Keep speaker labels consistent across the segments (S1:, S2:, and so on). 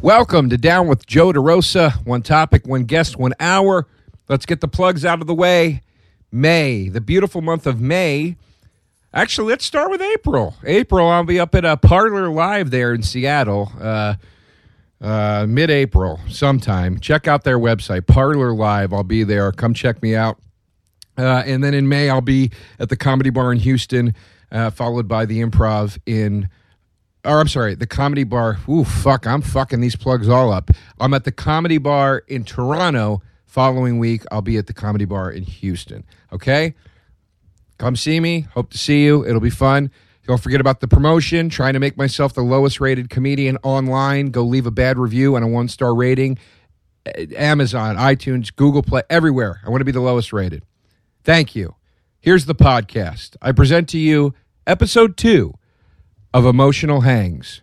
S1: Welcome to Down with Joe DeRosa. One topic, one guest, one hour. Let's get the plugs out of the way. May, the beautiful month of May. Actually, let's start with April. April, I'll be up at a Parlor Live there in Seattle, uh, uh, mid April sometime. Check out their website, Parlor Live. I'll be there. Come check me out. Uh, and then in May, I'll be at the Comedy Bar in Houston, uh, followed by the Improv in or I'm sorry, the Comedy Bar. Ooh, fuck, I'm fucking these plugs all up. I'm at the Comedy Bar in Toronto. Following week, I'll be at the Comedy Bar in Houston. Okay? Come see me. Hope to see you. It'll be fun. Don't forget about the promotion. Trying to make myself the lowest rated comedian online. Go leave a bad review and a one star rating. Uh, Amazon, iTunes, Google Play, everywhere. I want to be the lowest rated. Thank you. Here's the podcast. I present to you episode two of Emotional Hangs.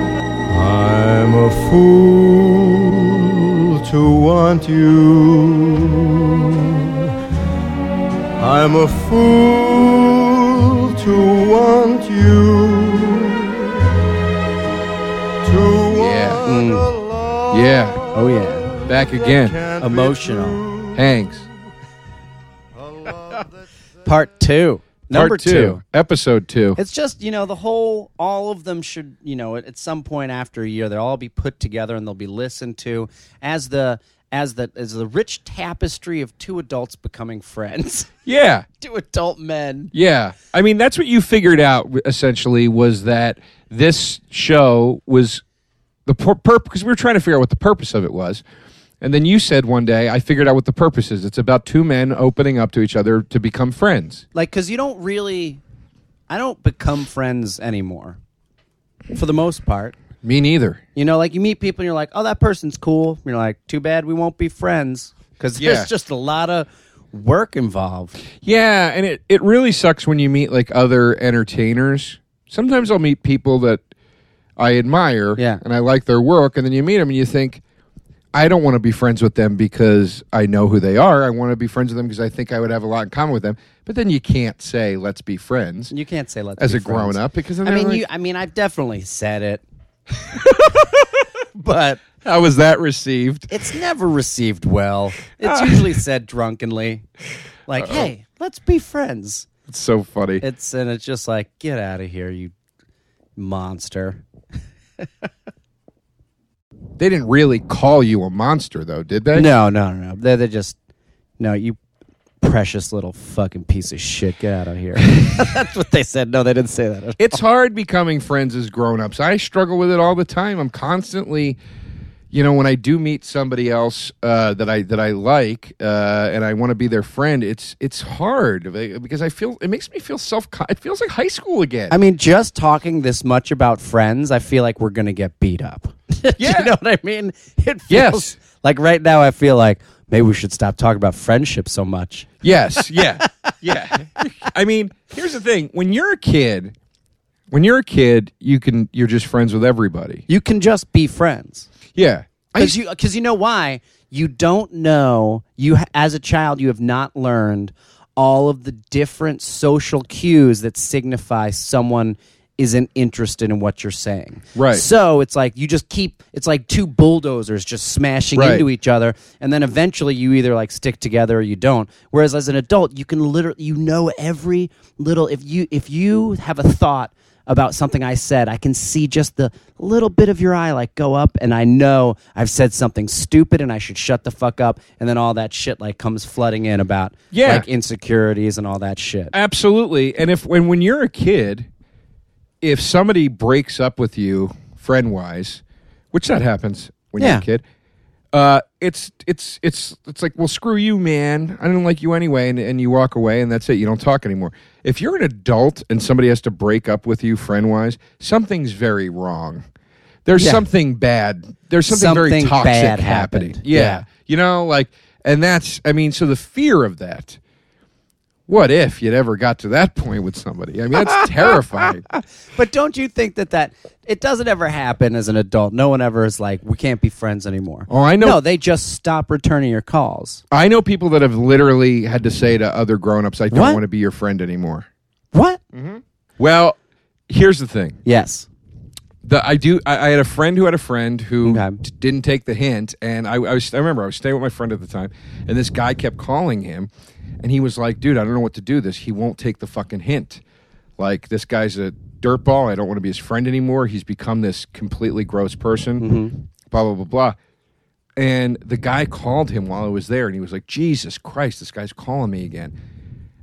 S2: I'm a fool to want you. I'm a fool to want you. To
S1: Yeah.
S2: want a love
S1: Mm. Yeah,
S3: Oh yeah,
S1: back again.
S2: can't be
S3: emotional.
S2: true.
S1: Hangs.
S2: A love that's
S3: Part two, number
S1: Part two, Episode two.
S3: It's just you know the whole, all of them should you know at, at some point after a year they'll all be put together and they'll be listened to as the as the as the rich tapestry of two adults becoming friends,
S1: Yeah.
S3: two adult men.
S1: Yeah. I mean, that's what you figured out w- essentially was that this show was the pur- purpose because we were trying to figure out what the purpose of it was. And then you said one day, I figured out what the purpose is. It's about two men opening up to each other to become friends.
S3: Like because you don't really, I don't become friends anymore, for the most part.
S1: Me neither.
S3: You know, like you meet people and you're like, oh, that person's cool. You're like, too bad we won't be friends because
S1: Yeah.
S3: there's just a lot of work involved.
S1: Yeah, and it, it really sucks when you meet like other entertainers. Sometimes I'll meet people that I admire
S3: Yeah.
S1: and I like their work, and then you meet them and you think, I don't want to be friends with them because I know who they are. I want to be friends with them because I think I would have a lot in common with them. But then you can't say, let's be friends
S3: You can't say let's
S1: as
S3: be
S1: a grown
S3: friends.
S1: up because then
S3: I mean,
S1: they're like,
S3: you. I mean, I've definitely said it, but
S1: how was that received?
S3: it's never received well.
S1: Uh.
S3: It's usually said drunkenly, like, "Hey, let's be friends."
S1: It's so funny.
S3: It's and it's just like, "Get out of here, you monster."
S1: they didn't really call you a monster, though, did they?
S3: No, no, no, no. They're, they're just no, you precious little fucking piece of shit. Get out of here. That's what they said. No, they didn't say that.
S1: It's hard becoming friends as grown-ups. I struggle with it all the time. I'm constantly, you know, when I do meet somebody else uh, that I that I like uh, and I want to be their friend, it's it's hard like, because I feel it makes me feel self. It feels like high school again.
S3: I mean, just talking this much about friends, I feel like we're gonna get beat up.
S1: Yeah.
S3: you know what I mean? It feels
S1: Yes.
S3: like right now I feel like maybe we should stop talking about friendship so much.
S1: Yes, yeah, yeah. I mean, here's the thing: when you're a kid, when you're a kid, you can you're just friends with everybody.
S3: You can just be friends
S1: Yeah, I
S3: because
S1: used,
S3: you because you know why you don't know you ha- as a child you have not learned all of the different social cues that signify someone isn't interested in what you're saying.
S1: Right.
S3: So it's like you just keep it's like two bulldozers just smashing
S1: Right.
S3: into each other and then eventually you either like stick together or you don't. Whereas as an adult you can literally you know every little if you if you have a thought about something I said, I can see just the little bit of your eye like go up and I know I've said something stupid and I should shut the fuck up and then all that shit like comes flooding in about
S1: Yeah.
S3: like insecurities and all that shit.
S1: Absolutely. And if when when you're a kid, if somebody breaks up with you friend wise, which that happens when you're
S3: Yeah.
S1: a kid, uh, it's it's it's it's like, well, screw you, man. I didn't like you anyway, and, and you walk away, and that's it. You don't talk anymore. If you're an adult and somebody has to break up with you friend wise, something's very wrong. There's
S3: Yeah.
S1: something bad. There's something, very
S3: Something
S1: toxic
S3: bad
S1: happening.
S3: happened.
S1: Yeah.
S3: Yeah.
S1: you know, like, and that's I mean, so the fear of that What if you'd ever got to that point with somebody? I mean, that's terrifying.
S3: But don't you think that that it doesn't ever happen as an adult? No one ever is like, we can't be friends anymore.
S1: Oh, I know.
S3: No, they just stop returning your calls.
S1: I know people that have literally had to say to other grown-ups, "I don't
S3: What?
S1: want to be your friend anymore."
S3: What?
S1: Well, here's the thing:
S3: Yes.
S1: the I do. I, I had a friend who had a friend who
S3: Okay.
S1: d- didn't take the hint, and I, I was. I remember I was staying with my friend at the time, and this guy kept calling him, and he was like, "Dude, I don't know what to do. This he won't take the fucking hint. Like this guy's a dirtball. I don't want to be his friend anymore. He's become this completely gross person. Blah blah blah blah." And the guy called him while I was there, and he was like, "Jesus Christ, this guy's calling me again."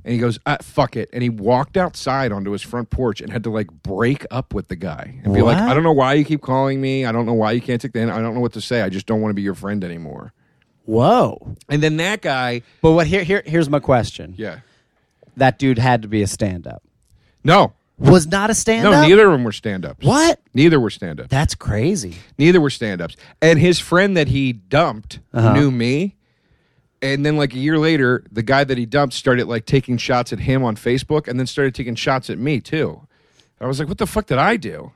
S1: And he goes, ah, "Fuck it," and he walked outside onto his front porch and had to like break up with the guy and be like,
S3: What?
S1: "I don't know why you keep calling me. I don't know why you can't take the. hint. I don't know what to say. I just don't want to be your friend anymore."
S3: Whoa.
S1: And then that guy,
S3: But what? Here, here, here's my question.
S1: yeah,
S3: That dude had to be a stand-up.
S1: no,
S3: Was not a stand-up.
S1: no, neither of them were stand-ups.
S3: What?
S1: Neither were stand-ups.
S3: That's crazy.
S1: Neither were stand ups. And his friend that he dumped
S3: Uh-huh.
S1: knew me. And then, like a year later, the guy that he dumped started like taking shots at him on Facebook and then started taking shots at me too. I was like, what the fuck did I do?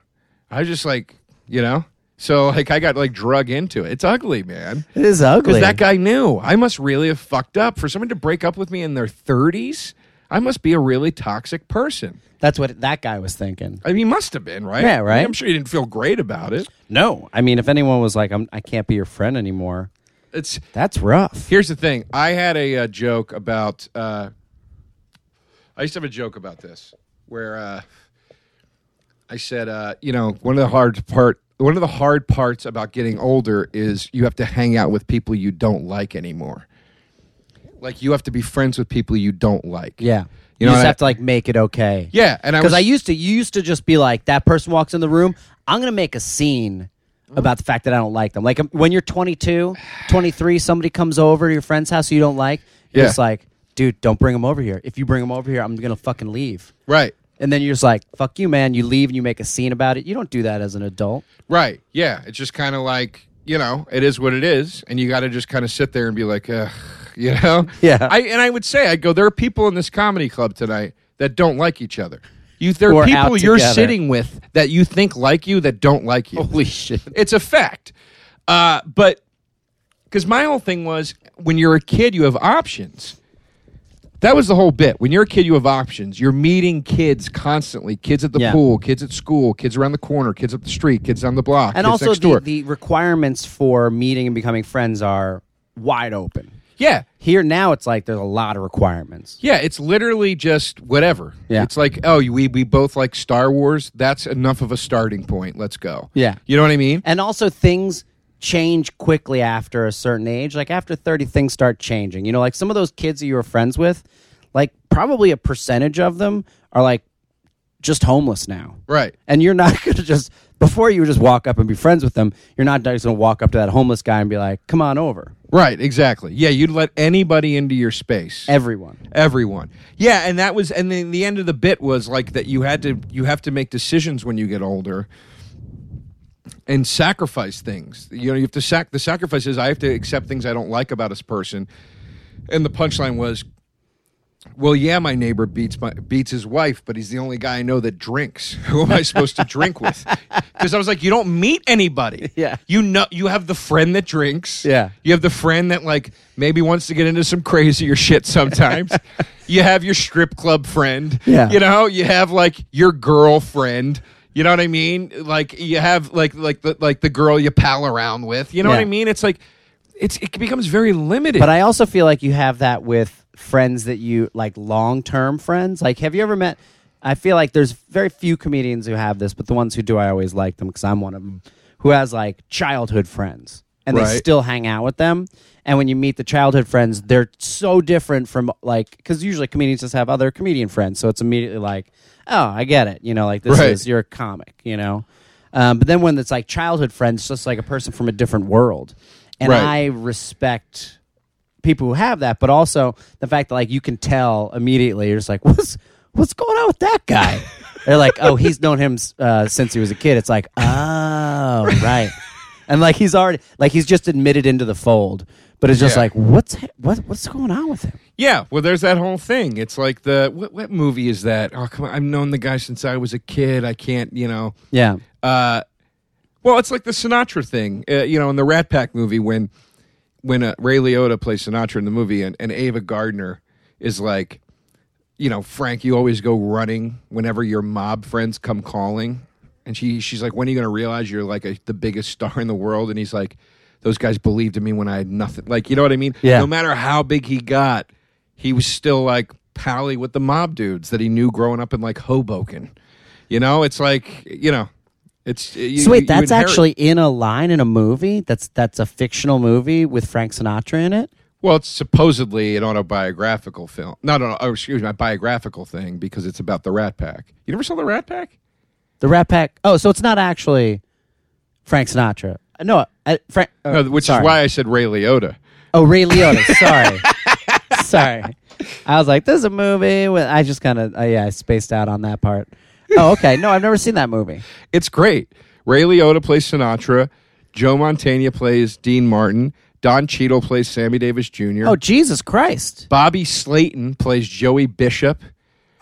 S1: I was just like, you know? So, like, I got like drug into it. It's ugly, man.
S3: It is ugly.
S1: Because that guy knew I must really have fucked up. For someone to break up with me in their 30s, I must be a really toxic person.
S3: That's what that guy was thinking.
S1: I mean, he must have been, right?
S3: Yeah,
S1: I mean,
S3: right.
S1: I'm sure he didn't feel great about it.
S3: No, I mean, if anyone was like, I'm, I can't be your friend anymore,
S1: It's
S3: that's rough.
S1: Here's the thing. I had a, uh joke about. Uh, I used to have a joke about this where uh, I said, uh, you know, one of the hard part, one of the hard parts about getting older is you have to hang out with people you don't like anymore. Like you have to be friends with people you don't like.
S3: Yeah,
S1: You
S3: you,
S1: know,
S3: just
S1: and I-
S3: have to like make it okay.
S1: Yeah, and I
S3: because
S1: was-
S3: I, used to you used to just be like that person walks in the room. I'm gonna make a scene
S1: Mm-hmm.
S3: about the fact that I don't like them. Like um, when you're 22, 23, somebody comes over to your friend's house you don't like. You're
S1: Yeah.
S3: just like, dude, don't bring them over here. If you bring them over here, I'm gonna fucking leave.
S1: Right.
S3: And then you're just like, fuck you, man. You leave and you make a scene about it. You don't do that as an adult.
S1: Right. Yeah. It's just kind of like, you know, it is what it is. And you got to just kind of sit there and be like, Ugh, you know?
S3: Yeah.
S1: I, and I would say, I go, there are people in this comedy club tonight that don't like each other. You, there
S3: Who
S1: are
S3: are out
S1: people you're
S3: together. Oh,
S1: sitting with that you think like you that don't like you.
S3: Holy shit.
S1: It's a fact. Uh, but because my whole thing was when you're a kid, you have options. That was the whole bit. When you're a kid, you have options. You're meeting kids constantly kids at the
S3: Yeah.
S1: pool, kids at school, kids around the corner, kids up the street, kids on the block,
S3: and
S1: kids
S3: also
S1: next
S3: the,
S1: door.
S3: the requirements for meeting and becoming friends are wide open
S1: yeah.
S3: here now it's like there's a lot of requirements
S1: Yeah, it's literally just whatever.
S3: Yeah.
S1: It's like, oh, we, we both like Star Wars. That's enough of a starting point. Let's go.
S3: Yeah.
S1: You know what I mean?
S3: and also things change quickly after a certain age like after 30 things start changing you know like some of those kids that you were friends with like probably a percentage of them are like just homeless now
S1: Right.
S3: and you're not gonna just before you just walk up and be friends with them you're not just gonna walk up to that homeless guy and be like come on over
S1: Right, exactly. Yeah, you'd let anybody into your space.
S3: everyone
S1: everyone yeah and that was and then the end of the bit was like that you had to you have to make decisions when you get older and sacrifice things you know you have to sac the sacrifice is i have to accept things i don't like about this person and the punchline was well yeah my neighbor beats my beats his wife but he's the only guy i know that drinks who am i supposed to drink with because i was like you don't meet anybody
S3: Yeah.
S1: you know you have the friend that drinks
S3: Yeah.
S1: you have the friend that like maybe wants to get into some crazier shit sometimes. you have your strip club friend.
S3: Yeah.
S1: You know, you have like your girlfriend. You know what I mean? Like you have like like the like the girl you pal around with. You know what
S3: Yeah.
S1: I mean? It's like it's it becomes very limited.
S3: But I also feel like you have that with friends that you like long term friends. Like, have you ever met? I feel like there's very few comedians who have this, but the ones who do, I always like them because I'm one of them who has like childhood friends and they
S1: Right.
S3: still hang out with them. And when you meet the childhood friends, they're so different from like, because usually comedians just have other comedian friends. So it's immediately like, oh, I get it. You know, like this
S1: Right.
S3: is, you're a comic, you know? Um, but then when it's like childhood friends, it's just like a person from a different world. And
S1: Right.
S3: I respect people who have that, but also the fact that like you can tell immediately. You're just like, what's what's going on with that guy? They're like, oh, he's known him uh, since he was a kid. It's like, oh, right. and like he's already like he's just admitted into the fold, but it's just
S1: Yeah.
S3: like what's ha- what what's going on with him?
S1: Yeah, well, there's that whole thing. It's like the what, what movie is that? Oh, come on! I've known the guy since I was a kid. I can't, you know.
S3: Yeah,
S1: Uh, well, it's like the Sinatra thing, uh, you know, in the Rat Pack movie when when uh, Ray Liotta plays Sinatra in the movie, and, and Ava Gardner is like, you know, Frank, you always go running whenever your mob friends come calling, and she she's like, when are you going to realize you're like a, the biggest star in the world? And he's like, those guys believed in me when I had nothing. Like, you know what I mean?
S3: Yeah.
S1: No matter how big he got, he was still like pally with the mob dudes that he knew growing up in like Hoboken. You know, it's like you know, it's you,
S3: so wait,
S1: you- you
S3: that's
S1: inherit-
S3: actually in a line in a movie. That's that's a fictional movie with Frank Sinatra in it.
S1: Well, it's supposedly an autobiographical film. Not an, oh, excuse me, a biographical thing because it's about the Rat Pack. You never saw the Rat Pack?
S3: The Rat Pack. Oh, so it's not actually Frank Sinatra. Uh, No, uh, Frank. uh,
S1: No, which
S3: sorry.
S1: is why I said Ray Liotta.
S3: Oh, Ray Liotta. Sorry, sorry. I was like, this is a movie. With, I just kind of uh, yeah, I spaced out on that part. Oh, okay. No, I've never seen that movie.
S1: It's great. Ray Liotta plays Sinatra. Joe Montana plays Dean Martin. Don Cheadle plays Sammy Davis Jr.
S3: Oh, Jesus Christ.
S1: Bobby Slayton plays Joey Bishop.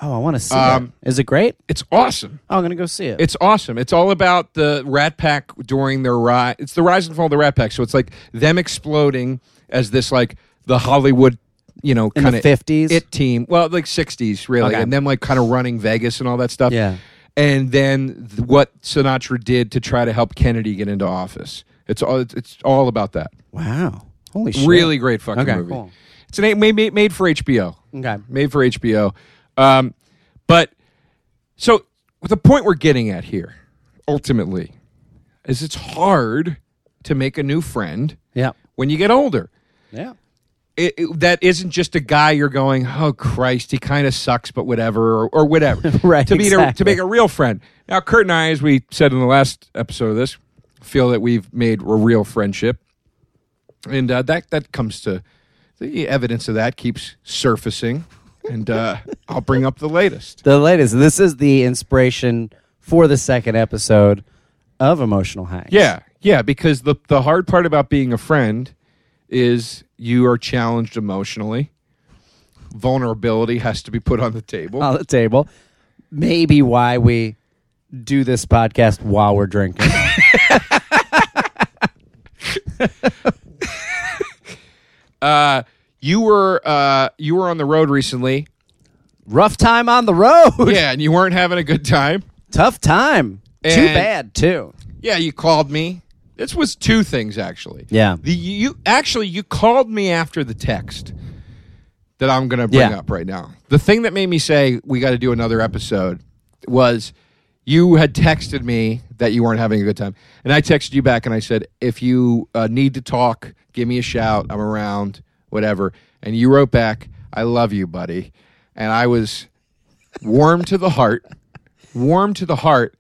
S3: Oh, I want to see
S1: Um,
S3: it. Is it great?
S1: It's awesome.
S3: Oh, I'm gonna go see it.
S1: It's awesome. It's all about the Rat Pack during their rise. It's the rise and fall of the Rat Pack. So it's like them exploding as this like the Hollywood, you know,
S3: In the
S1: kind of
S3: 50s?
S1: it team. Well, like '60s really,
S3: Okay.
S1: and them like kind of running Vegas and all that stuff.
S3: Yeah.
S1: And then th- what Sinatra did to try to help Kennedy get into office. It's all. It's all about that.
S3: wow. Holy shit.
S1: Really great fucking
S3: Okay,
S1: movie.
S3: cool.
S1: It's an eight, made, made made for HBO
S3: Okay.
S1: made for HBO. Um, but so the point we're getting at here, ultimately, is it's hard to make a new friend
S3: Yeah.
S1: when you get older.
S3: Yeah.
S1: It, it- that isn't just a guy you're going, oh Christ, he kind of sucks, but whatever, or, or whatever.
S3: Right,
S1: To be to,
S3: exactly.
S1: make a real friend. Now, Kurt and I, as we said in the last episode of this, feel that we've made a real friendship, and uh, that that comes to the evidence of that keeps surfacing, and uh, I'll bring up the latest.
S3: The latest. This is the inspiration for the second episode of Emotional Hacks.
S1: Yeah, yeah, because the the hard part about being a friend is you are challenged emotionally. Vulnerability has to be put on the table.
S3: On the table. Maybe why we do this podcast while we're drinking.
S1: Uh, you were uh, you were on the road recently.
S3: Rough time on the road.
S1: Yeah, and you weren't having a good time.
S3: Tough time. Too
S1: And-
S3: bad too.
S1: Yeah, you called me. This was two things actually.
S3: Yeah.
S1: The, you actually you called me after the text that I'm going to bring
S3: Yeah.
S1: up right now. The thing that made me say we got to do another episode was you had texted me that you weren't having a good time, and I texted you back and I said if you uh, need to talk, give me a shout. I'm around, whatever. And you wrote back, "I love you, buddy," and I was warm to the heart, warm to the heart,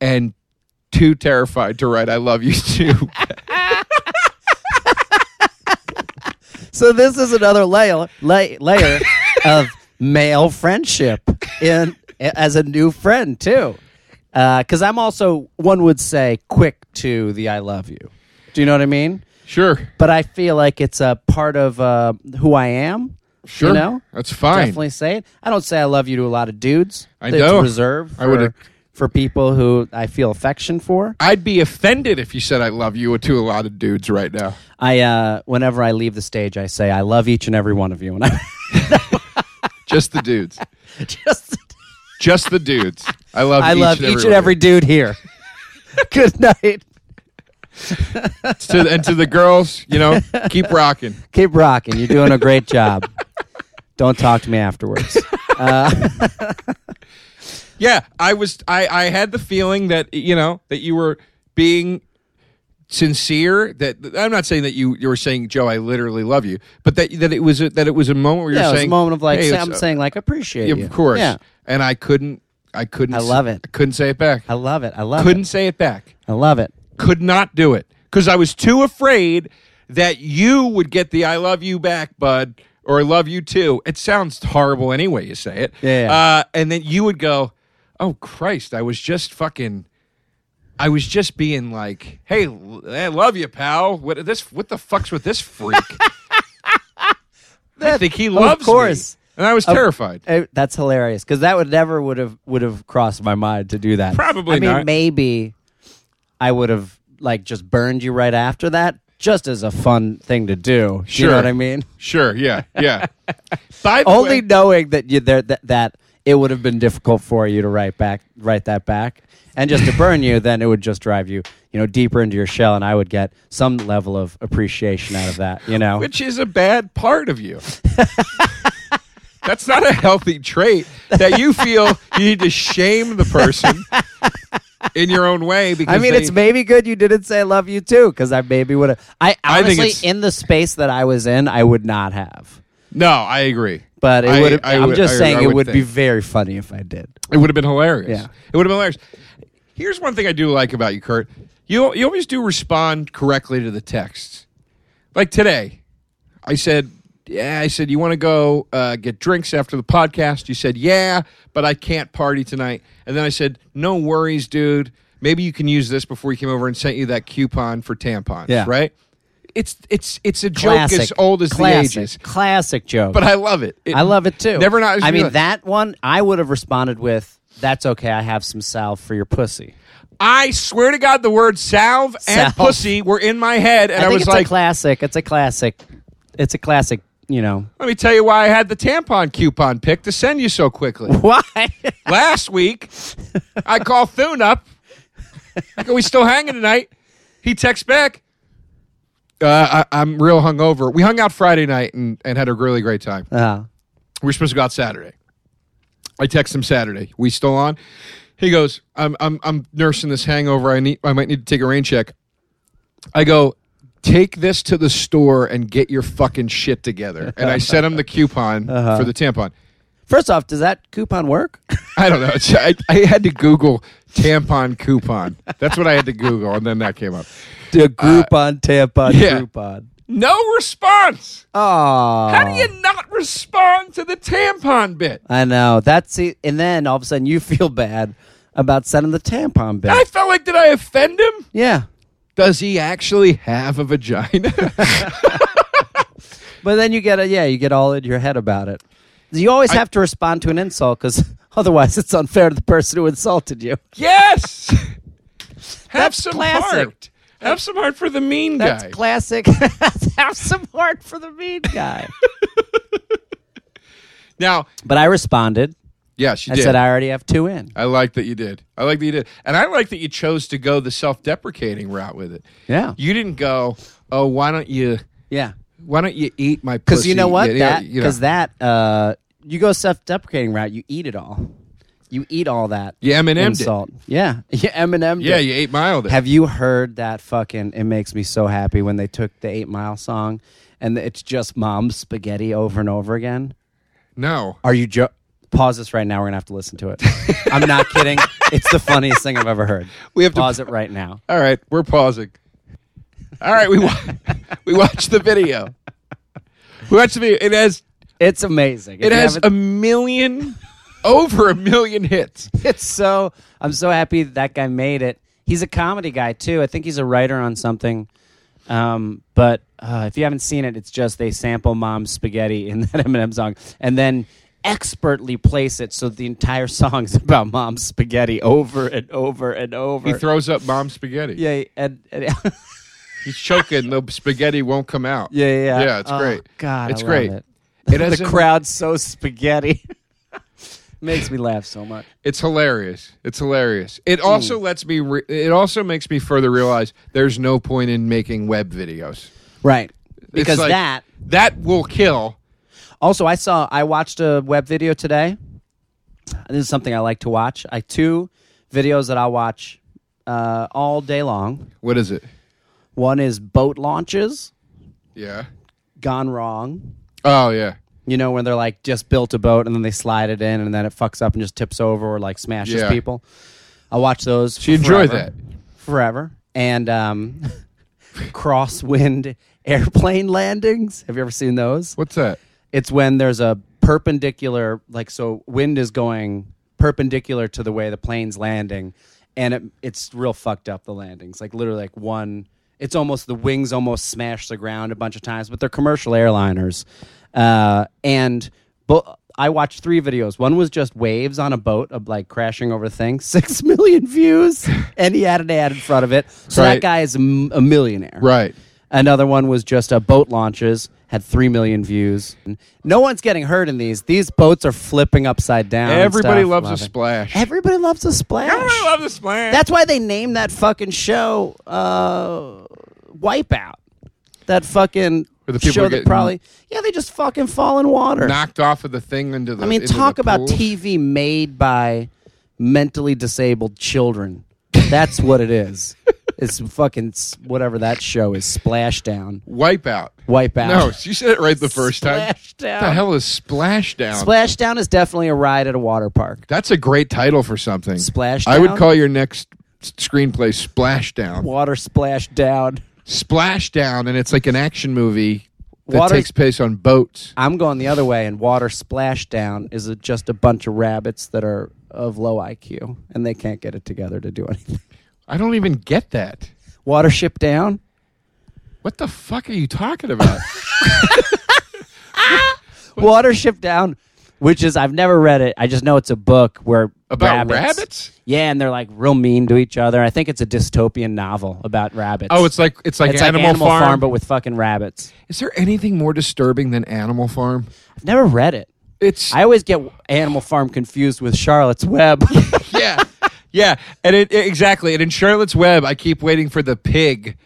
S1: and too terrified to write "I love you" too.
S3: So this is another layer lay, layer of male friendship in as a new friend too, because I'm also one would say quick to the I love you. Do you know what I mean?
S1: sure.
S3: But I feel like it's a part of uh, who I am.
S1: Sure.
S3: you know,
S1: That's fine.
S3: Definitely say it. I don't say I love you to a lot of dudes.
S1: I
S3: it's
S1: know.
S3: reserved.
S1: I would've-
S3: For, for people who I feel affection for.
S1: I'd be offended if you said I love you to a lot of dudes right now.
S3: I uh, whenever I leave the stage, I say I love each and every one of you, and I
S1: Just the dudes.
S3: just.
S1: Just the dudes. I love
S3: I
S1: each
S3: love
S1: and
S3: each
S1: every
S3: and
S1: one.
S3: every dude here. Good night.
S1: To- and to the girls, you know, keep rocking.
S3: Keep rocking. You're doing a great job. Don't talk to me afterwards.
S1: Yeah, I was I I had the feeling that you know that you were being sincere that I'm not saying that you you were saying Joe I literally love you, but that that it was a, that it was a moment where
S3: yeah, it
S1: you're
S3: was a
S1: saying
S3: moment of like
S1: hey, it's,
S3: I'm
S1: uh,
S3: saying like appreciate you.
S1: of course.
S3: Yeah.
S1: And I couldn't I couldn't
S3: I love it.
S1: I couldn't say it back.
S3: I love it. I love
S1: couldn't
S3: it.
S1: say it back.
S3: I love it.
S1: could not do it because I was too afraid that you would get the "I love you" back, bud, or "I love you too." It sounds horrible anyway you say it.
S3: Yeah, yeah.
S1: Uh, and then you would go, "Oh Christ, I was just fucking, I was just being like, "Hey, l- I love you, pal. What this? What the fuck's with this freak?" I think he loves me,
S3: course.
S1: and I was terrified.
S3: Eh, That's hilarious because that would never would have would have crossed my mind to do that.
S1: Probably
S3: I mean,
S1: not.
S3: maybe I would have like just burned you right after that, just as a fun thing to do.
S1: Sure,
S3: You know what I mean?
S1: Sure, yeah, yeah. By the way,
S3: Only knowing that you there that, that it would have been difficult for you to write back write that back, and just to burn you, then it would just drive you you know deeper into your shell, and I would get some level of appreciation out of that. You know,
S1: which is a bad part of you. That's not a healthy trait that you feel you need to shame the person in your own way. Because
S3: I mean,
S1: they-
S3: it's maybe good you didn't say love you too, because I maybe would have. I
S1: I think
S3: honestly,
S1: it's-
S3: in the space that I was in, I would not have.
S1: no, I agree.
S3: But it
S1: I-
S3: would.
S1: I
S3: I'm just
S1: I-
S3: saying
S1: I
S3: it would, be
S1: think.
S3: very funny if I did.
S1: It would have been hilarious.
S3: Yeah.
S1: It would have been hilarious. Here's one thing I do like about you, Kurt. You you always do respond correctly to the texts. Like today, I said, "Yeah." I said, "You want to go uh, get drinks after the podcast?" You said, "Yeah," but I can't party tonight. And then I said, "No worries, dude. Maybe you can use this before you came over and sent you that coupon for tampons,
S3: Yeah.
S1: right?" It's it's it's a
S3: Classic,
S1: joke as old as
S3: classic,
S1: the ages,
S3: Classic joke.
S1: but I love it.
S3: I love it too.
S1: Never not.
S3: I mean, that one I would have responded with, "That's okay. I have some salve for your pussy."
S1: I swear to God, the word salve and
S3: Salve.
S1: pussy were in my head, and
S3: I
S1: I,
S3: think
S1: was
S3: it's
S1: like,
S3: a classic. It's a classic. It's a classic. You know
S1: "Let me tell you why I had the tampon coupon pick to send you so quickly."
S3: why?
S1: Last week, I call Thune up. Like, are we still hanging tonight? He texts back. Uh, I, I'm real hungover. We hung out Friday night and, and had a really great time.
S3: uh,
S1: We were supposed to go out Saturday. I text him Saturday. We still on? He goes, I'm I'm I'm nursing this hangover. I need I might need to take a rain check. I go, take this to the store and get your fucking shit together. And I sent him the coupon for the tampon.
S3: first off, does that coupon work?
S1: I don't know. It's- I, I had to Google tampon coupon. That's what I had to Google, and then that came up.
S3: The Groupon, tampon,
S1: yeah.
S3: Groupon.
S1: No response.
S3: Oh,
S1: How do you not respond to the tampon bit?
S3: I know. That's it. And then all of a sudden you feel bad about sending the tampon
S1: I
S3: back.
S1: felt like did I offend him?
S3: yeah.
S1: does he actually have a vagina?
S3: But then you get a, yeah, you get all in your head about it. You always have to respond to an insult because otherwise it's unfair to the person who insulted you.
S1: yes. have some
S3: classic.
S1: heart. Have some heart for the mean
S3: That's
S1: guy.
S3: classic. have some heart for the mean guy.
S1: now,
S3: but I responded.
S1: yes, you
S3: I
S1: did.
S3: said I already have two in.
S1: I like that you did. I like that you did. And I like that you chose to go the self-deprecating route with it.
S3: Yeah.
S1: You didn't go, "Oh, why don't you
S3: Yeah.
S1: why don't you eat my pussy?"
S3: Because you know what?
S1: Yeah, yeah,
S3: Because that,
S1: you know.
S3: 'cause that uh, you go self-deprecating route, you eat it all. You eat all that.
S1: You M&M'd it.
S3: insult. Yeah, yeah, Eminem.
S1: Yeah,
S3: did.
S1: you ate my old.
S3: Have you heard that fucking? It makes me so happy when they took the Eight Mile song, and it's just mom's spaghetti over and over again.
S1: no.
S3: Are you jo- pause this right now? We're gonna have to listen to it. I'm not kidding. It's the funniest thing I've ever heard.
S1: We have to-
S3: pause it right now.
S1: All right, we're pausing. All right, we wa- we watched the video. We watched the video. It has
S3: It's amazing. If
S1: It
S3: you
S1: has
S3: haven't-
S1: a million, over a million hits.
S3: it's so I'm so happy that, that guy made it. He's a comedy guy too. I think he's a writer on something. Um, but uh, if you haven't seen it, it's just they sample mom's spaghetti in that Eminem song and then expertly place it so the entire song's about mom's spaghetti over and over and over.
S1: He throws up mom spaghetti.
S3: yeah, and, and- yeah,
S1: He's choking. The spaghetti won't come out.
S3: yeah, yeah.
S1: Yeah, it's
S3: Oh,
S1: great.
S3: God,
S1: it's
S3: I love
S1: great.
S3: it.
S1: It has
S3: the
S1: a-
S3: crowd's so spaghetti. Makes me laugh so much.
S1: It's hilarious. It's hilarious. It also lets me. Re- it also makes me further realize there's no point in making web videos
S3: Right.
S1: It's
S3: Because
S1: like,
S3: that
S1: that will kill.
S3: Also, I saw I watched a web video today. This is something I like to watch. I two videos that I watch uh, all day long.
S1: What is it?
S3: One is boat launches
S1: Yeah.
S3: gone wrong.
S1: Oh yeah.
S3: You know when they're like just built a boat and then they slide it in and then it fucks up and just tips over or like smashes
S1: Yeah.
S3: people. I watch those.
S1: Do you enjoy
S3: forever,
S1: that?
S3: forever? And um, crosswind airplane landings. Have you ever seen those?
S1: What's that?
S3: it's when there's a perpendicular like so wind is going perpendicular to the way the plane's landing and it, it's real fucked up the landings. Like literally, like one. It's almost the wings almost smash the ground a bunch of times, but they're commercial airliners. Uh, and but I watched three videos. One was just waves on a boat of like crashing over things. Six million views, and he had an ad in front of it. So
S1: Right.
S3: that guy is a m- a millionaire.
S1: Right.
S3: Another one was just uh, boat launches, had 3 million views. No one's getting hurt in these. These boats are flipping upside down. and
S1: Everybody
S3: stuff.
S1: loves a
S3: Love it.
S1: splash.
S3: Everybody loves a splash.
S1: Everybody loves a splash.
S3: That's why they named that fucking show uh, Wipeout. That fucking
S1: Where the people
S3: show
S1: are
S3: that
S1: getting-
S3: probably. Yeah, they just fucking fall in water.
S1: knocked off of the thing into the.
S3: I mean,
S1: into
S3: talk
S1: the pool.
S3: about TV made by mentally disabled children. That's what it is. It's fucking s- whatever that show is. Splashdown,
S1: Wipeout.
S3: Wipeout.
S1: No, she said it right the first time.
S3: Splashdown.
S1: What the hell is splashdown?
S3: Splashdown is definitely a ride at a water park.
S1: That's a great title for something.
S3: Splashdown?
S1: I would call your next s- screenplay Splashdown.
S3: Water splashdown.
S1: Splashdown, and it's like an action movie that
S3: Water-
S1: takes place on boats.
S3: I'm going the other way, and water splashdown is a, just a bunch of rabbits that are of low IQ and they can't get it together to do anything.
S1: I don't even get that.
S3: Watership down.
S1: What the fuck are you talking about?
S3: Watership Down, which is I've never read it. I just know it's a book where
S1: About
S3: rabbits,
S1: rabbits?
S3: Yeah, and they're like real mean to each other. I think it's a dystopian novel about rabbits.
S1: oh, it's like it's like
S3: it's
S1: Animal,
S3: like Animal
S1: Farm.
S3: but with fucking rabbits.
S1: Is there anything more disturbing than Animal Farm?
S3: I've never read it.
S1: It's
S3: I always get Animal Farm confused with Charlotte's Web.
S1: yeah, yeah, and it, it- exactly. And in Charlotte's Web, I keep waiting for the pig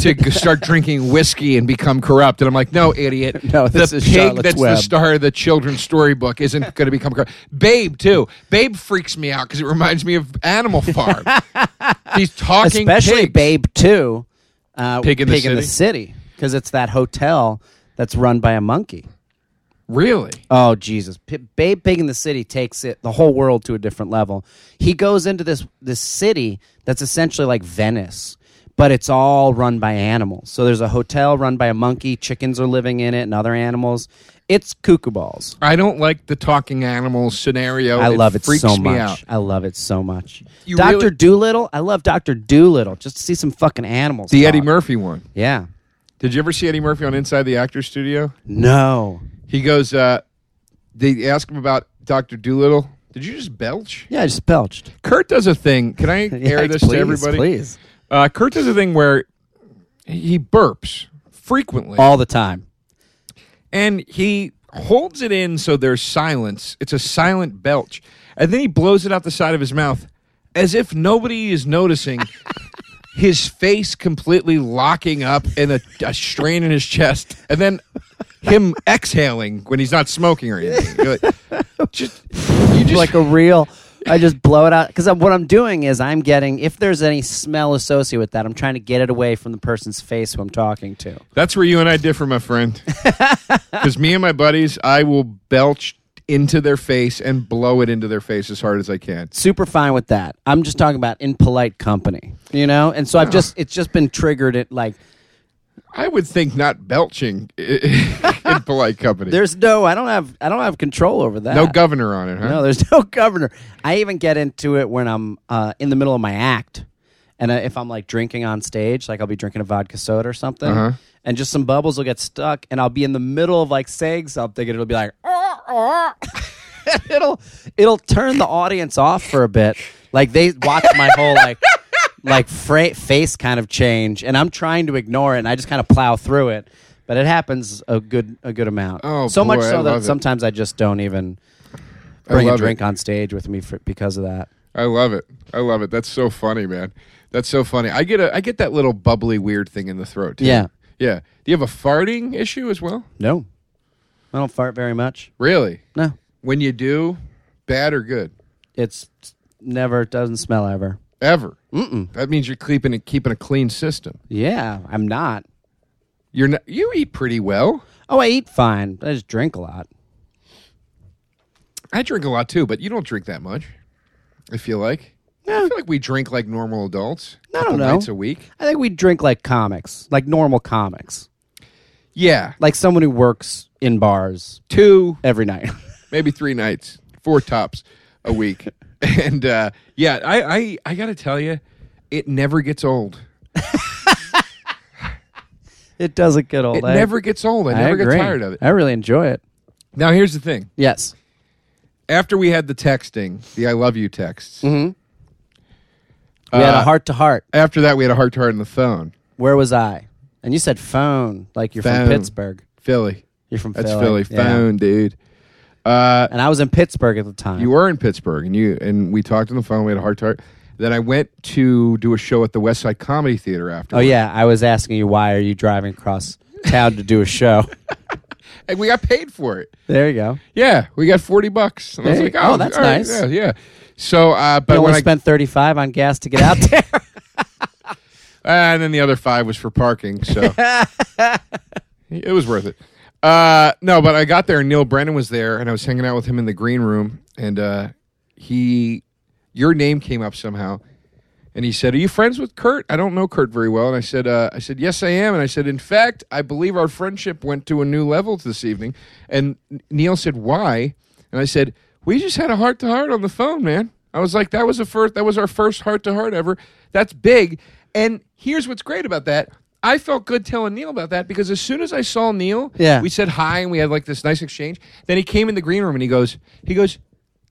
S1: to g- start drinking whiskey and become corrupt. And I'm like, no, idiot.
S3: No, this
S1: the
S3: is
S1: pig
S3: Charlotte's
S1: that's
S3: Web.
S1: the star of the children's storybook isn't going to become corrupt. Babe too. Babe freaks me out because it reminds me of Animal Farm. These talking
S3: Especially
S1: pigs.
S3: Babe Two, uh,
S1: Pig in the
S3: City, because it's that hotel that's run by a monkey.
S1: Really?
S3: Oh Jesus! P- Babe Pig in the City takes it the whole world to a different level. He goes into this this city that's essentially like Venice, but it's all run by animals. So there's a hotel run by a monkey. Chickens are living in it and other animals. It's cuckoo balls.
S1: I don't like the talking animals scenario.
S3: I love it
S1: freaks
S3: so
S1: me
S3: much.
S1: out.
S3: I love it so much.
S1: You
S3: Doctor
S1: really-
S3: Doolittle. I love Doctor Doolittle. Just to see some fucking animals.
S1: The
S3: talk.
S1: Eddie Murphy one.
S3: Yeah.
S1: Did you ever see Eddie Murphy on Inside the Actors Studio?
S3: No.
S1: He goes, uh, they ask him about Dr. Doolittle. Did you just belch?
S3: Yeah, I just belched.
S1: Kurt does a thing. Can I air
S3: Yeah,
S1: this
S3: please,
S1: to everybody?
S3: please.
S1: Uh, Kurt does a thing where he burps frequently
S3: All the time.
S1: and he holds it in so there's silence. It's a silent belch. And then he blows it out the side of his mouth as if nobody is noticing. His face completely locking up and a, a strain in his chest, and then him exhaling when he's not smoking or anything. You're like, just, you just
S3: like a real. I just blow it out because what I'm doing is I'm getting if there's any smell associated with that, I'm trying to get it away from the person's face who I'm talking to.
S1: That's where you and I differ, my friend. Because me and my buddies, I will belch into their face and blow it into their face as hard as I can.
S3: Super fine with that. I'm just talking about in polite company, you know. And so I've just it's just been triggered. It like
S1: I would think not belching in polite company.
S3: there's no I don't have I don't have control over that.
S1: no governor on it, huh?
S3: No, there's no governor. I even get into it when I'm uh, in the middle of my act, and uh, if I'm like drinking on stage, like I'll be drinking a vodka soda or something,
S1: Uh-huh.
S3: and just some bubbles will get stuck, and I'll be in the middle of like saying something, and it'll be like, "Ah, ah." it'll it'll turn the audience off for a bit. Like they watch my whole like like fra- face kind of change, and I'm trying to ignore it, and I just kind of plow through it. But it happens a good a good amount.
S1: Oh,
S3: so much
S1: boy, I
S3: so that
S1: love it.
S3: sometimes I just don't even
S1: I
S3: bring a
S1: love it.
S3: drink on stage with me for, because of that.
S1: I love it. I love it. That's so funny, man. That's so funny. I get a I get that little bubbly weird thing in the throat. Too.
S3: Yeah.
S1: Yeah. Do you have a farting issue as well?
S3: No, I don't fart very much.
S1: Really?
S3: No,
S1: When you do, bad or good?
S3: it's never doesn't smell ever.
S1: Ever. Mm-mm. That means you're keeping a, keeping a clean system.
S3: Yeah, I'm not.
S1: You're not, you eat pretty well.
S3: Oh, I eat fine. but I just drink a lot.
S1: I drink a lot too, but you don't drink that much. I feel like. I feel like we drink like normal adults.
S3: I don't
S1: couple
S3: know.
S1: Nights a week.
S3: I think we drink like comics, like normal comics,
S1: Yeah,
S3: like someone who works in bars
S1: two,
S3: every night.
S1: maybe three nights, four tops a week. and uh, yeah, I I, I got to tell you, it never gets old.
S3: It doesn't get old.
S1: It
S3: I-
S1: never gets old. I,
S3: I
S1: never
S3: agree.
S1: get tired of it.
S3: I really enjoy it.
S1: Now here's the thing.
S3: Yes.
S1: After we had the texting, the I love you texts.
S3: Mm-hmm. We had a
S1: Uh,
S3: heart to heart.
S1: After that, we had a heart to heart on the phone.
S3: Where was I? And you said phone, like you're
S1: Phone.
S3: from Pittsburgh.
S1: Philly.
S3: You're from
S1: That's
S3: Philly.
S1: Philly.
S3: Yeah.
S1: Phone, dude. Uh,
S3: And I was in Pittsburgh at the time.
S1: you were in Pittsburgh, and you and we talked on the phone. We had a heart to heart. Then I went to do a show at the West Side Comedy Theater after.
S3: Oh yeah, I was asking you why are you driving across town to do a show?
S1: and we got paid for it.
S3: There you go.
S1: Yeah, we got forty bucks. And I was
S3: Hey,
S1: like, oh,
S3: oh, that's
S1: all right,
S3: nice.
S1: Yeah, yeah. So, uh,
S3: I
S1: but when
S3: only
S1: I
S3: spent thirty five on gas to get out there.
S1: Uh, and then the other five was for parking, so it was worth it. Uh, no, but I got there and Neil Brennan was there, and I was hanging out with him in the green room, and uh, he, your name came up somehow, and he said, "Are you friends with Kurt?" I don't know Kurt very well, and I said, uh, "I said yes, I am," and I said, "In fact, I believe our friendship went to a new level this evening." And Neil said, "Why?" And I said, "We just had a heart to heart on the phone, man." I was like, "That was a first. That was our first heart to heart ever. That's big." And here's what's great about that. I felt good telling Neil about that because as soon as I saw Neil,
S3: Yeah.
S1: we said hi and we had like this nice exchange. Then he came in the green room and he goes, he goes,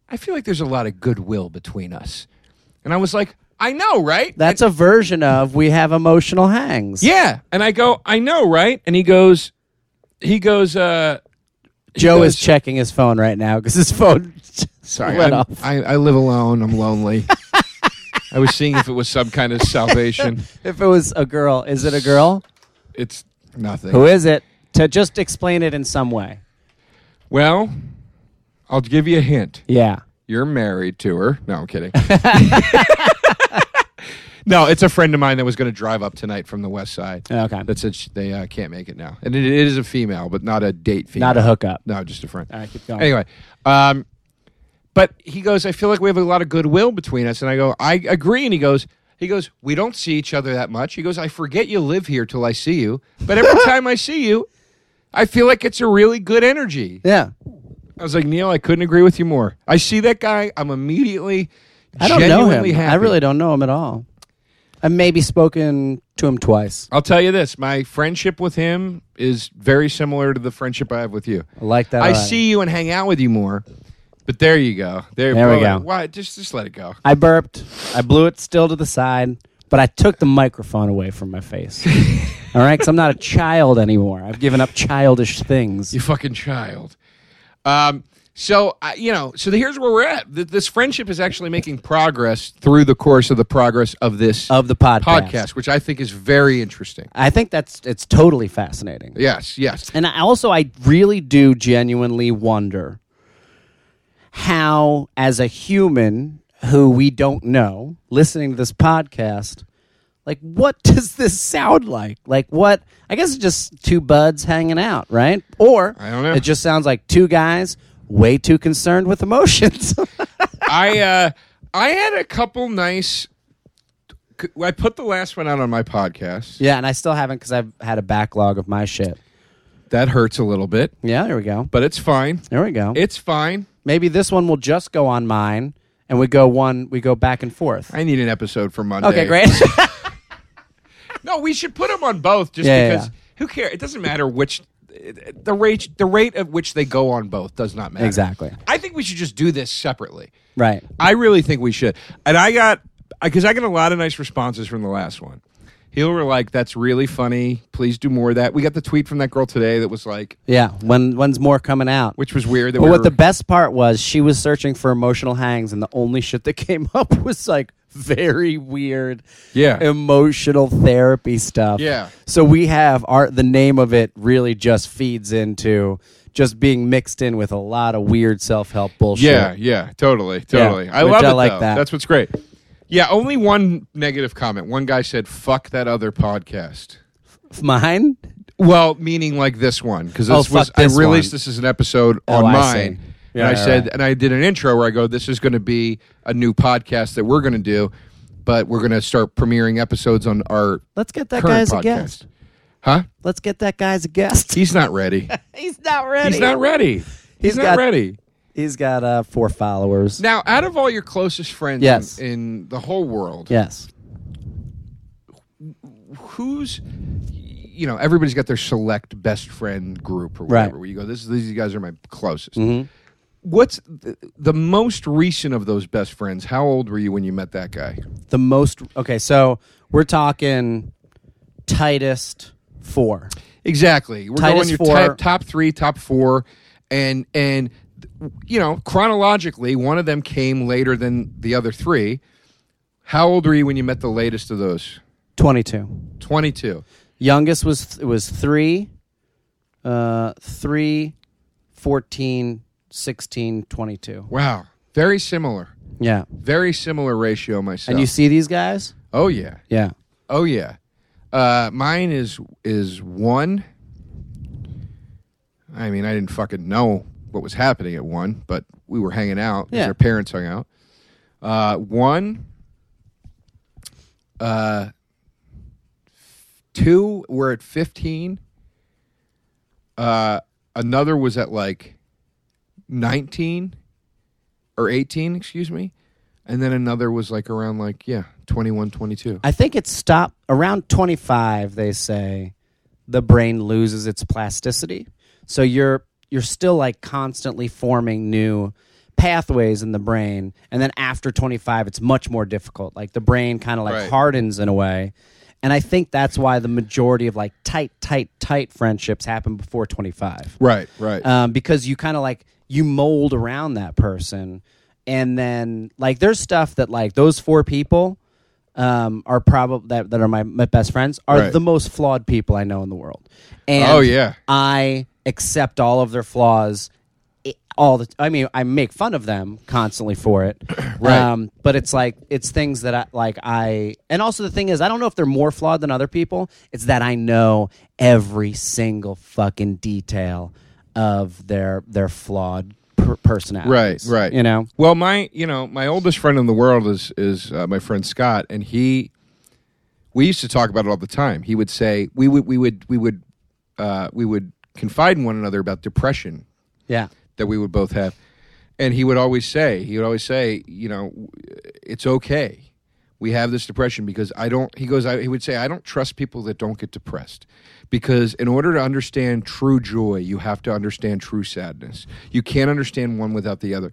S1: I feel like there's a lot of goodwill between us. And I was like, I know, right?
S3: That's a version of we have emotional hangs.
S1: Yeah. And I go, I know, right? And he goes, he goes, uh, he
S3: Joe is
S1: goes,
S3: checking his phone right now because his phone
S1: Sorry,
S3: went
S1: I'm-
S3: off.
S1: I, I live alone. I'm lonely. I was seeing if it was some kind of salvation.
S3: If it was a girl, is it a girl?
S1: It's nothing.
S3: Who is it? To just explain it in some way.
S1: Well, I'll give you a hint.
S3: Yeah.
S1: You're married to her. No, I'm kidding. no, it's a friend of mine that was going to drive up tonight from the west side.
S3: Oh, Okay.
S1: That said, sh- they uh, can't make it now, and it, it is a female, but not a date female,
S3: Not a hookup.
S1: No, just a friend.
S3: All right, keep going.
S1: Anyway, um, but he goes, I feel like we have a lot of goodwill between us, and I go, I agree, and he goes. He goes, We don't see each other that much. He goes, I forget you live here till I see you. But every time I see you, I feel like it's a really good energy.
S3: Yeah.
S1: I was like, Neil, I couldn't agree with you more. I see that guy. I'm immediately
S3: I don't know
S1: genuinely
S3: him.
S1: happy.
S3: I really don't know him at all. I've maybe spoken to him twice.
S1: I'll tell you this: my friendship with him is very similar to the friendship I have with you.
S3: I like that.
S1: I
S3: already.
S1: see you and hang out with you more. But there you go. There,
S3: There we
S1: blow
S3: go.
S1: it. Why? Just, just let it go.
S3: I burped. I blew it still to the side, but I took the microphone away from my face. All right, because I'm not a child anymore. I've given up childish things.
S1: You fucking child. Um. So I you know, so here's where we're at. Th- This friendship is actually making progress through the course of the progress of this
S3: Of the podcast.
S1: podcast, which I think is very interesting.
S3: I think that's it's totally fascinating.
S1: Yes, yes.
S3: And I also, I really do genuinely wonder how, as a human who we don't know, listening to this podcast, like, what does this sound like? Like, what? I guess it's just two buds hanging out, right? Or
S1: I don't know.
S3: it just sounds like two guys way too concerned with emotions.
S1: I uh, I had a couple nice. I put the last one out on my podcast.
S3: yeah, and I still haven't because I've had a backlog of my shit.
S1: That hurts a little bit,
S3: Yeah, there we go.
S1: but it's fine.
S3: There we go.
S1: It's fine.
S3: Maybe this one will just go on mine, and we go one, we go back and forth.
S1: I need an episode for Monday.
S3: Okay, great.
S1: No, we should put them on both just
S3: Yeah, yeah,
S1: because
S3: yeah.
S1: who cares? It doesn't matter which the rate the rate at which they go on both does not matter.
S3: Exactly.
S1: I think we should just do this separately.
S3: Right.
S1: I really think we should. And I got because I got a lot of nice responses from the last one. People were like, "That's really funny. Please do more of that." We got the tweet from that girl today that was like,
S3: Yeah. When when's more coming out?
S1: which was weird. That
S3: but
S1: we
S3: Oh, what
S1: were-
S3: the best part was, she was searching for emotional hangs, and the only shit that came up was like very weird,
S1: Yeah.
S3: emotional therapy stuff.
S1: Yeah.
S3: So we have our the name of it really just feeds into just being mixed in with a lot of weird self help bullshit.
S1: yeah, yeah, totally, totally. I
S3: which
S1: love
S3: I
S1: it
S3: like
S1: though.
S3: that.
S1: That's what's great. Yeah, only one negative comment. One guy said, "Fuck that other podcast."
S3: Mine.
S1: Well, meaning like this one because
S3: Oh,
S1: this
S3: fuck
S1: was
S3: this
S1: I released
S3: one.
S1: this as an episode
S3: Oh,
S1: on
S3: I
S1: mine,
S3: see.
S1: and
S3: Yeah,
S1: I
S3: right,
S1: said,
S3: right.
S1: and I did an intro where I go, "This is going to be a new podcast that we're going to do, but we're going to start premiering episodes on our
S3: Let's get that
S1: current
S3: guy as
S1: podcast."
S3: a guest.
S1: Huh?
S3: Let's get that guy as a guest.
S1: He's not ready.
S3: He's not ready.
S1: He's not ready. He's, not
S3: got-
S1: ready.
S3: He's got uh, four followers.
S1: Now, out of all your closest friends
S3: Yes.
S1: in, in the whole world,
S3: Yes.
S1: who's you know everybody's got their select best friend group or
S3: Right. Mm-hmm.
S1: whatever where you go this these guys are my closest what's the, the most recent of those best friends how old were you when you met that guy
S3: The most. Okay, so we're talking tightest four.
S1: exactly we're
S3: Titus
S1: going your
S3: four.
S1: top, top three top four and and you know chronologically one of them came later than the other three how old were you when you met the latest of those
S3: 22.
S1: 22
S3: Youngest was th- was 3 uh 3 14 16 22.
S1: wow very similar
S3: Yeah.
S1: very similar ratio myself
S3: And you see these guys?
S1: oh yeah
S3: Yeah.
S1: Oh yeah, uh, mine is is one. I mean, I didn't fucking know what was happening at one, but we were hanging out. 'cause
S3: Yeah.
S1: Our parents hung out. Uh, one, uh, two were at fifteen. Uh, another was at like nineteen or eighteen, excuse me, and then another was like around like yeah 21, 22.
S3: I think it stopped around 25 they say the brain loses its plasticity. So you're you're still like constantly forming new pathways in the brain and then after 25 it's much more difficult. Like the brain kind of like
S1: Right.
S3: hardens in a way. And I think that's why the majority of like tight tight tight friendships happen before 25
S1: Right, right.
S3: um, because you kind of like you mold around that person and then like there's stuff that like those four people um, are probably that, that are my, my best friends are
S1: Right.
S3: the most flawed people i know in the world and
S1: Oh, yeah.
S3: i accept all of their flaws i- all the i mean i make fun of them constantly for it
S1: Right.
S3: um, but it's like it's things that i like i and also the thing is i don't know if they're more flawed than other people it's that i know every single fucking detail of their their flawed per- personality
S1: right, right.
S3: you know
S1: Well, my you know my oldest friend in the world is is uh, my friend Scott, and he we used to talk about it all the time. He would say we would we would we would uh, we would confide in one another about depression
S3: yeah
S1: that we would both have. And he would always say, he would always say, you know, it's okay. We have this depression because I don't, he goes, I, he would say, I don't trust people that don't get depressed. Because in order to understand true joy, you have to understand true sadness. You can't understand one without the other.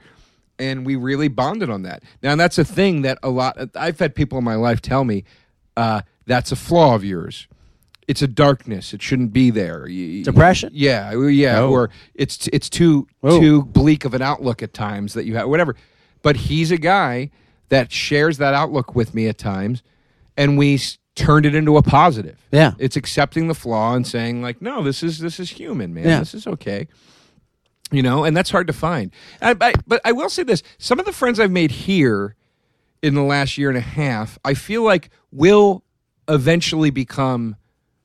S1: And we really bonded on that. Now, that's a thing that a lot, I've had people in my life tell me, uh, that's a flaw of yours. It's a darkness. It shouldn't be there. You-
S3: Depression?
S1: yeah, well, yeah,
S3: Oh.
S1: or it's t- it's too too bleak of an outlook at times that you have, whatever. But he's a guy that shares that outlook with me at times, and we s- turned it into a positive.
S3: Yeah.
S1: it's accepting the flaw and saying like, no, this is this is human, man.
S3: Yeah.
S1: This is okay. You know, and that's hard to find. I, I, but I will say this: some of the friends I've made here in the last year and a half, I feel like will eventually become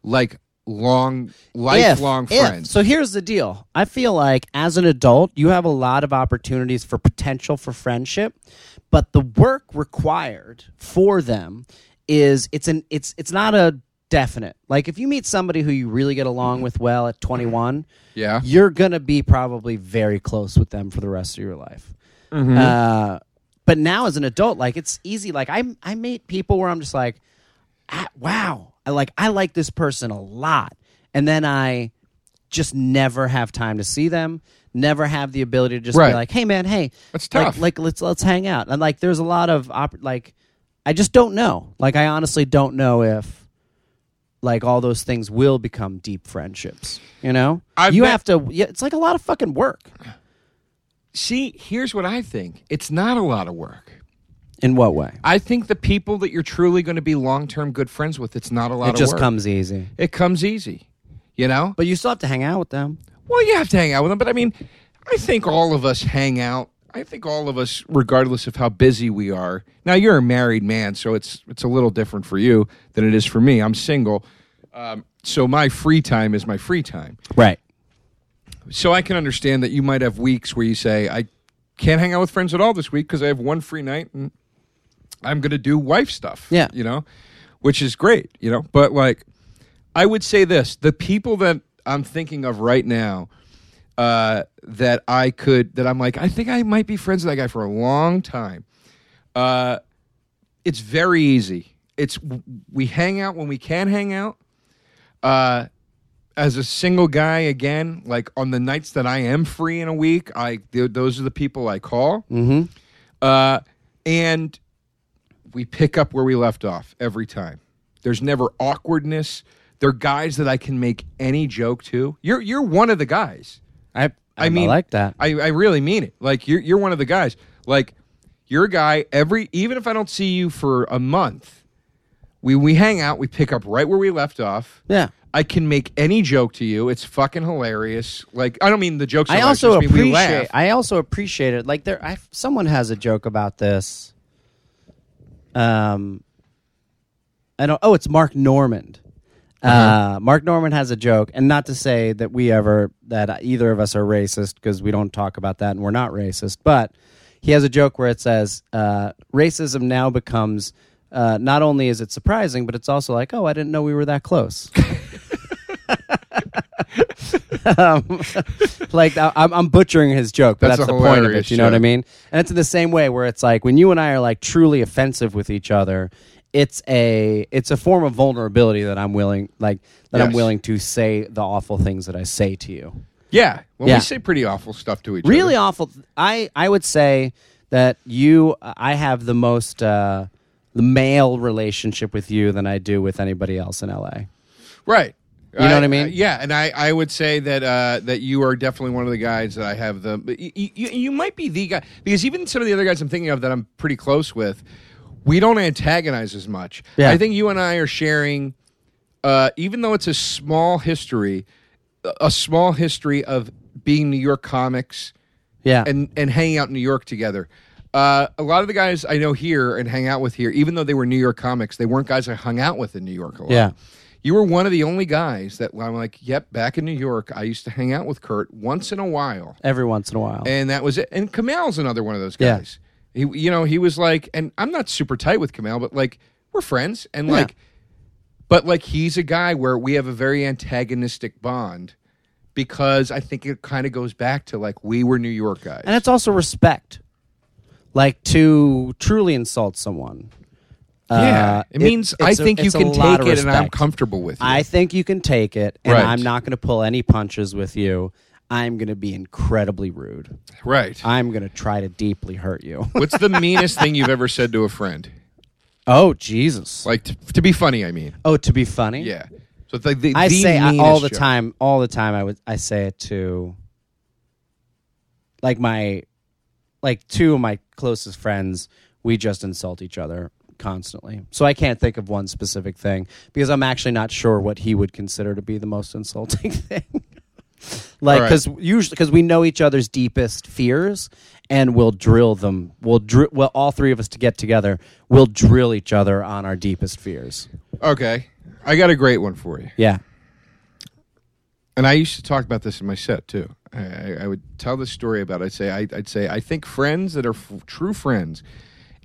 S1: like long lifelong
S3: If- if.
S1: friends.
S3: So here's the deal. I feel like as an adult, you have a lot of opportunities for potential for friendship, but the work required for them is it's an it's it's not a definite. Like if you meet somebody who you really get along with well at 21,
S1: yeah.
S3: you're gonna be probably very close with them for the rest of your life.
S1: Mm-hmm.
S3: Uh, but now as an adult, like it's easy. Like I I meet people where I'm just like, ah, wow, I like I like this person a lot, and then I just never have time to see them. Never have the ability to just
S1: Right.
S3: be like, hey man, hey,
S1: That's
S3: like-
S1: tough.
S3: Like, let's let's hang out. And like there's a lot of op- like I just don't know. Like I honestly don't know if like all those things will become deep friendships. You know,
S1: I've
S3: you
S1: met-
S3: have to. Yeah, it's like a lot of fucking work.
S1: See, here's what I think. It's not a lot of work.
S3: In what way?
S1: I think the people that you're truly going to be long-term good friends with, it's not a lot
S3: It
S1: of
S3: just
S1: work.
S3: comes easy,
S1: it comes easy. You know?
S3: but you still have to hang out with them.
S1: Well, you have to hang out with them, but I mean, I think all of us hang out. I think all of us, regardless of how busy we are. Now, you're a married man, so it's it's a little different for you than it is for me. I'm single, um, so my free time is my free time.
S3: Right.
S1: So I can understand that you might have weeks where you say, "I can't hang out with friends at all this week because I have one free night and I'm going to do wife stuff."
S3: Yeah.
S1: you know, which is great. You know, but like, I would say this: the people that I'm thinking of right now uh, that I could that I'm like I think I might be friends with that guy for a long time. Uh, it's very easy. It's we hang out when we can hang out. Uh, as a single guy again, like on the nights that I am free in a week, I th- those are the people I call.
S3: Mm-hmm.
S1: Uh, and we pick up where we left off every time. There's never awkwardness. They're guys that I can make any joke to. You're you're one of the guys.
S3: I, I,
S1: I mean-
S3: like that.
S1: I, I really mean it. Like you're you're one of the guys. Like you're a guy every even if I don't see you for a month, we we hang out, we pick up right where we left off.
S3: Yeah.
S1: I can make any joke to you. It's fucking hilarious. Like I don't mean the jokes.
S3: I
S1: hilarious,
S3: also
S1: just mean we laugh.
S3: appreciate. I also appreciate it. Like there, I, someone has a joke about this. Um, I don't. Oh, it's Mark Normand. uh Mark Normand has a joke, and not to say that we ever that either of us are racist because we don't talk about that, and we're not racist. But he has a joke where it says uh, racism now becomes. Uh, not only is it surprising, but it's also like, oh, I didn't know we were that close. um, like I- I'm, I'm butchering his joke, but
S1: That's
S3: that's,
S1: a
S3: the point of
S1: hilarious
S3: it. You know what I
S1: joke.
S3: mean? And it's in the same way where it's like when you and I are like truly offensive with each other, it's a it's a form of vulnerability that I'm willing like that I'm
S1: Yes.
S3: willing to say the awful things that I say to you.
S1: Yeah, well,
S3: Yeah.
S1: we say pretty awful stuff to each other.
S3: Really awful. I I would say that you I have the most uh, the male relationship with you than I do with anybody else in LA.
S1: Right.
S3: You know what I mean?
S1: yeah, and I, I would say that uh, that you are definitely one of the guys that I have the. But you, you, you might be the guy because even some of the other guys I'm thinking of that I'm pretty close with, we don't antagonize as much.
S3: Yeah.
S1: I think you and I are sharing, uh, even though it's a small history, a- a small history of being New York comics
S3: Yeah.
S1: and and hanging out in New York together. Uh, a lot of the guys I know here and hang out with here, even though they were New York comics, they weren't guys I hung out with in New York a lot.
S3: Yeah.
S1: You were one of the only guys that I'm like, yep, back in New York, I used to hang out with Kurt once in a while.
S3: Every once in a while.
S1: And that was it. And Kamal's another one of those
S3: Yeah.
S1: guys. He, you know, he was like, and I'm not super tight with Kamal, but like, we're friends. And
S3: Yeah.
S1: like, but like, he's a guy where we have a very antagonistic bond because I think it kind of goes back to like, we were New York guys.
S3: And it's also respect. Like to truly insult someone.
S1: Yeah,
S3: Uh,
S1: it means I
S3: it's a-
S1: think you
S3: it's a
S1: can
S3: lot
S1: take
S3: of
S1: it, and I'm
S3: respect.
S1: comfortable with you.
S3: I think you can take it, and
S1: Right.
S3: I'm not going to pull any punches with you. I'm going to be incredibly rude.
S1: right.
S3: I'm going to try to deeply hurt you.
S1: What's the meanest thing you've ever said to a friend?
S3: oh Jesus!
S1: Like t- to be funny, I mean.
S3: oh, to be funny.
S1: Yeah. So the, the,
S3: I
S1: the
S3: say I,
S1: meanest
S3: all the
S1: joke.
S3: time, all the time. I would I say it to like my like two of my closest friends. We just insult each other constantly, so I can't think of one specific thing because I'm actually not sure what he would consider to be the most insulting thing. like
S1: All right.
S3: because usually because we know each other's deepest fears and we'll drill them. We'll drill. Well, all three of us to get together, we'll drill each other on our deepest fears.
S1: Okay. I got a great one for you.
S3: Yeah.
S1: And I used to talk about this in my set too. I, I, I would tell this story about. I'd say I, I'd say I think friends that are f- true friends,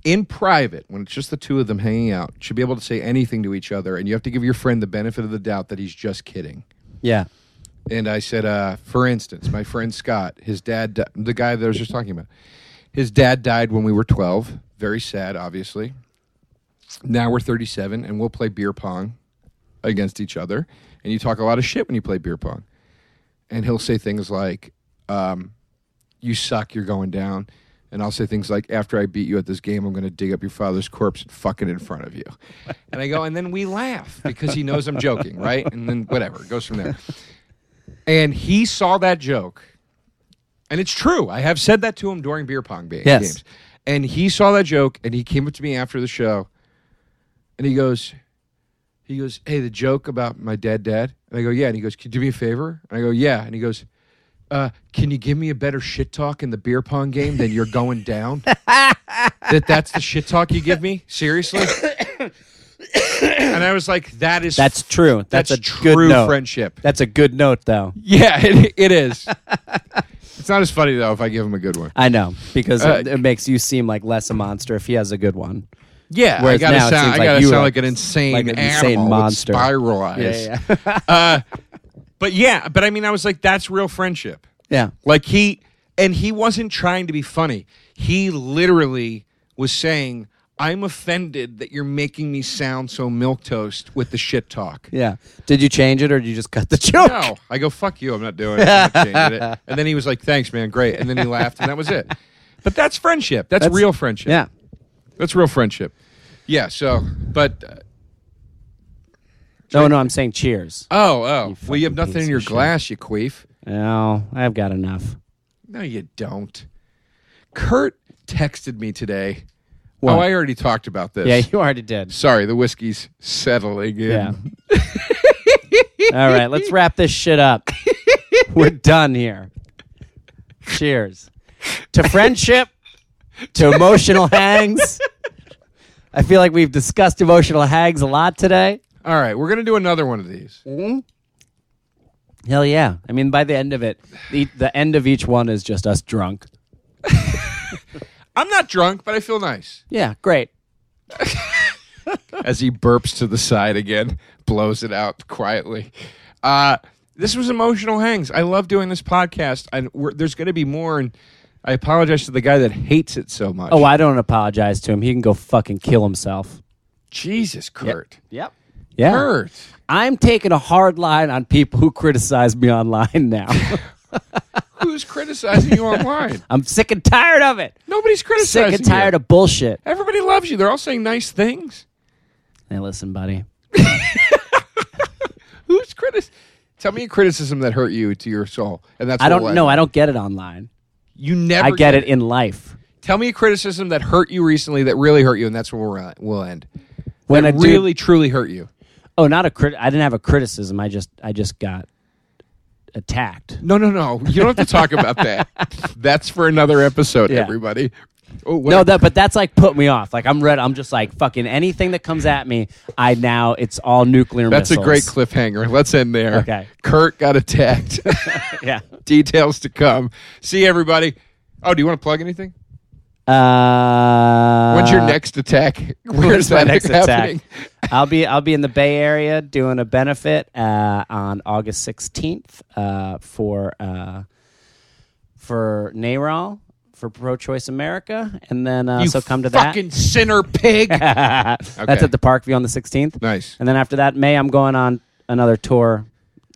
S1: in private, when it's just the two of them hanging out, should be able to say anything to each other, and you have to give your friend the benefit of the doubt that he's just kidding.
S3: Yeah.
S1: and I said, uh, for instance, my friend Scott, his dad, di- the guy that I was just talking about, his dad died when we were 12. Very sad, obviously. Now we're 37, and we'll play beer pong against each other. And you talk a lot of shit when you play beer pong. And he'll say things like, um, you suck, you're going down. And I'll say things like, after I beat you at this game, I'm going to dig up your father's corpse and fuck it in front of you. And I go, and then we laugh because he knows I'm joking, right? And then whatever, it goes from there. And he saw that joke. And it's true. I have said that to him during beer pong ba-
S3: Yes.
S1: games. And he saw that joke and he came up to me after the show and he goes, he goes, hey, the joke about my dead dad. And I go, yeah. And he goes, can you do me a favor? And I go, yeah. And he goes, uh, can you give me a better shit talk in the beer pong game than you're going down? that that's the shit talk you give me? Seriously? and I was like, that is
S3: That's true. That's, a
S1: true
S3: good note.
S1: friendship.
S3: That's a good note, though.
S1: Yeah, it, it is. it's not as funny though if I give him a good one.
S3: I know because
S1: Uh,
S3: it, it makes you seem like less a monster if he has a good one.
S1: Yeah, I
S3: Whereas
S1: gotta
S3: now it
S1: sound,
S3: seems
S1: I
S3: like
S1: gotta
S3: you
S1: sound
S3: are
S1: like an insane
S3: like an insane
S1: animal with
S3: monster.
S1: spiral eyes.
S3: yeah.
S1: But yeah, but I mean, I was like, that's real friendship.
S3: Yeah.
S1: Like he and he wasn't trying to be funny. He literally was saying, "I'm offended that you're making me sound so milk toast with the shit talk."
S3: Yeah. Did you change it or did you just cut the joke?
S1: No, I go fuck you. I'm not doing it. I'm not changing it. And then he was like, "Thanks, man, great." And then he laughed, and that was it. But that's friendship. That's, real friendship.
S3: Yeah.
S1: that's real friendship. Yeah. So, but uh,
S3: No, no, I'm saying cheers.
S1: oh, oh, well, you have
S3: fucking
S1: nothing
S3: piece
S1: in your
S3: of shit.
S1: glass, you queef.
S3: No, I've got enough.
S1: No, you don't. Kurt texted me today.
S3: What?
S1: Oh, I already talked about this.
S3: Yeah, you already did.
S1: Sorry, the whiskey's settling in.
S3: Yeah. All right, let's wrap this shit up. We're done here. Cheers to friendship, to emotional hags. I feel like we've discussed emotional hags a lot today.
S1: All right, we're gonna do another one of these.
S3: Hell yeah! I mean, by the end of it, the, the end of each one is just us drunk.
S1: I'm not drunk, but I feel nice.
S3: Yeah, great.
S1: As he burps to the side again, blows it out quietly. Uh, this was emotional hangs. I love doing this podcast, and we're, there's gonna be more. And I apologize to the guy that hates it so much.
S3: Oh, I don't apologize to him. He can go fucking kill himself.
S1: Jesus, Kurt,
S3: Yep. Yeah.
S1: Kurt.
S3: I'm taking a hard line on people who criticize me online now.
S1: Who's criticizing you online?
S3: I'm sick and tired of it.
S1: Nobody's criticizing.
S3: Sick and tired
S1: you.
S3: of bullshit.
S1: Everybody loves you. They're all saying nice things.
S3: Hey, listen, buddy.
S1: Who's critic? Tell me a criticism that hurt you to your soul, and that's
S3: I
S1: what
S3: don't know.
S1: I
S3: I don't get it online.
S1: you never.
S3: I get it in life.
S1: Tell me a criticism that hurt you recently that really hurt you, and that's where we're at, we'll end.
S3: When
S1: that
S3: a dude-
S1: really truly hurt you.
S3: Oh, not a crit. I didn't have a criticism. I just, I just got attacked.
S1: No, no, no. You don't have to talk about that. That's for another episode,
S3: Yeah.
S1: everybody. Oh, what
S3: No, that, but that's like put me off. Like I'm red. I'm just like fucking anything that comes at me. I now it's all nuclear.
S1: that's a great
S3: missiles.
S1: cliffhanger. Let's end there.
S3: Okay.
S1: Kurt got attacked.
S3: Yeah.
S1: Details to come. See everybody. Oh, do you want to plug anything?
S3: Uh,
S1: When's your next attack? Where's
S3: Where's my
S1: that
S3: next
S1: happening?
S3: attack? I'll be I'll be in the Bay Area doing a benefit uh, on August sixteenth uh, for uh, for NARAL for Pro Choice America, and then uh,
S1: You
S3: so come to
S1: fucking sinner pig.
S3: that. That's at the Parkview on the sixteenth,
S1: nice.
S3: and then after that, May I'm going on another tour.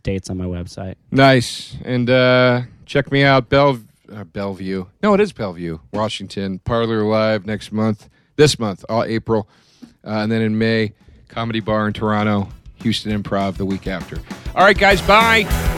S3: Dates on my website.
S1: Nice. And uh, check me out, Bell, uh, Bellevue. No, it is Bellevue, Washington. Parlor Live next month, this month, all April. Uh, and then in May, Comedy Bar in Toronto, Houston Improv the week after. All right, guys, bye.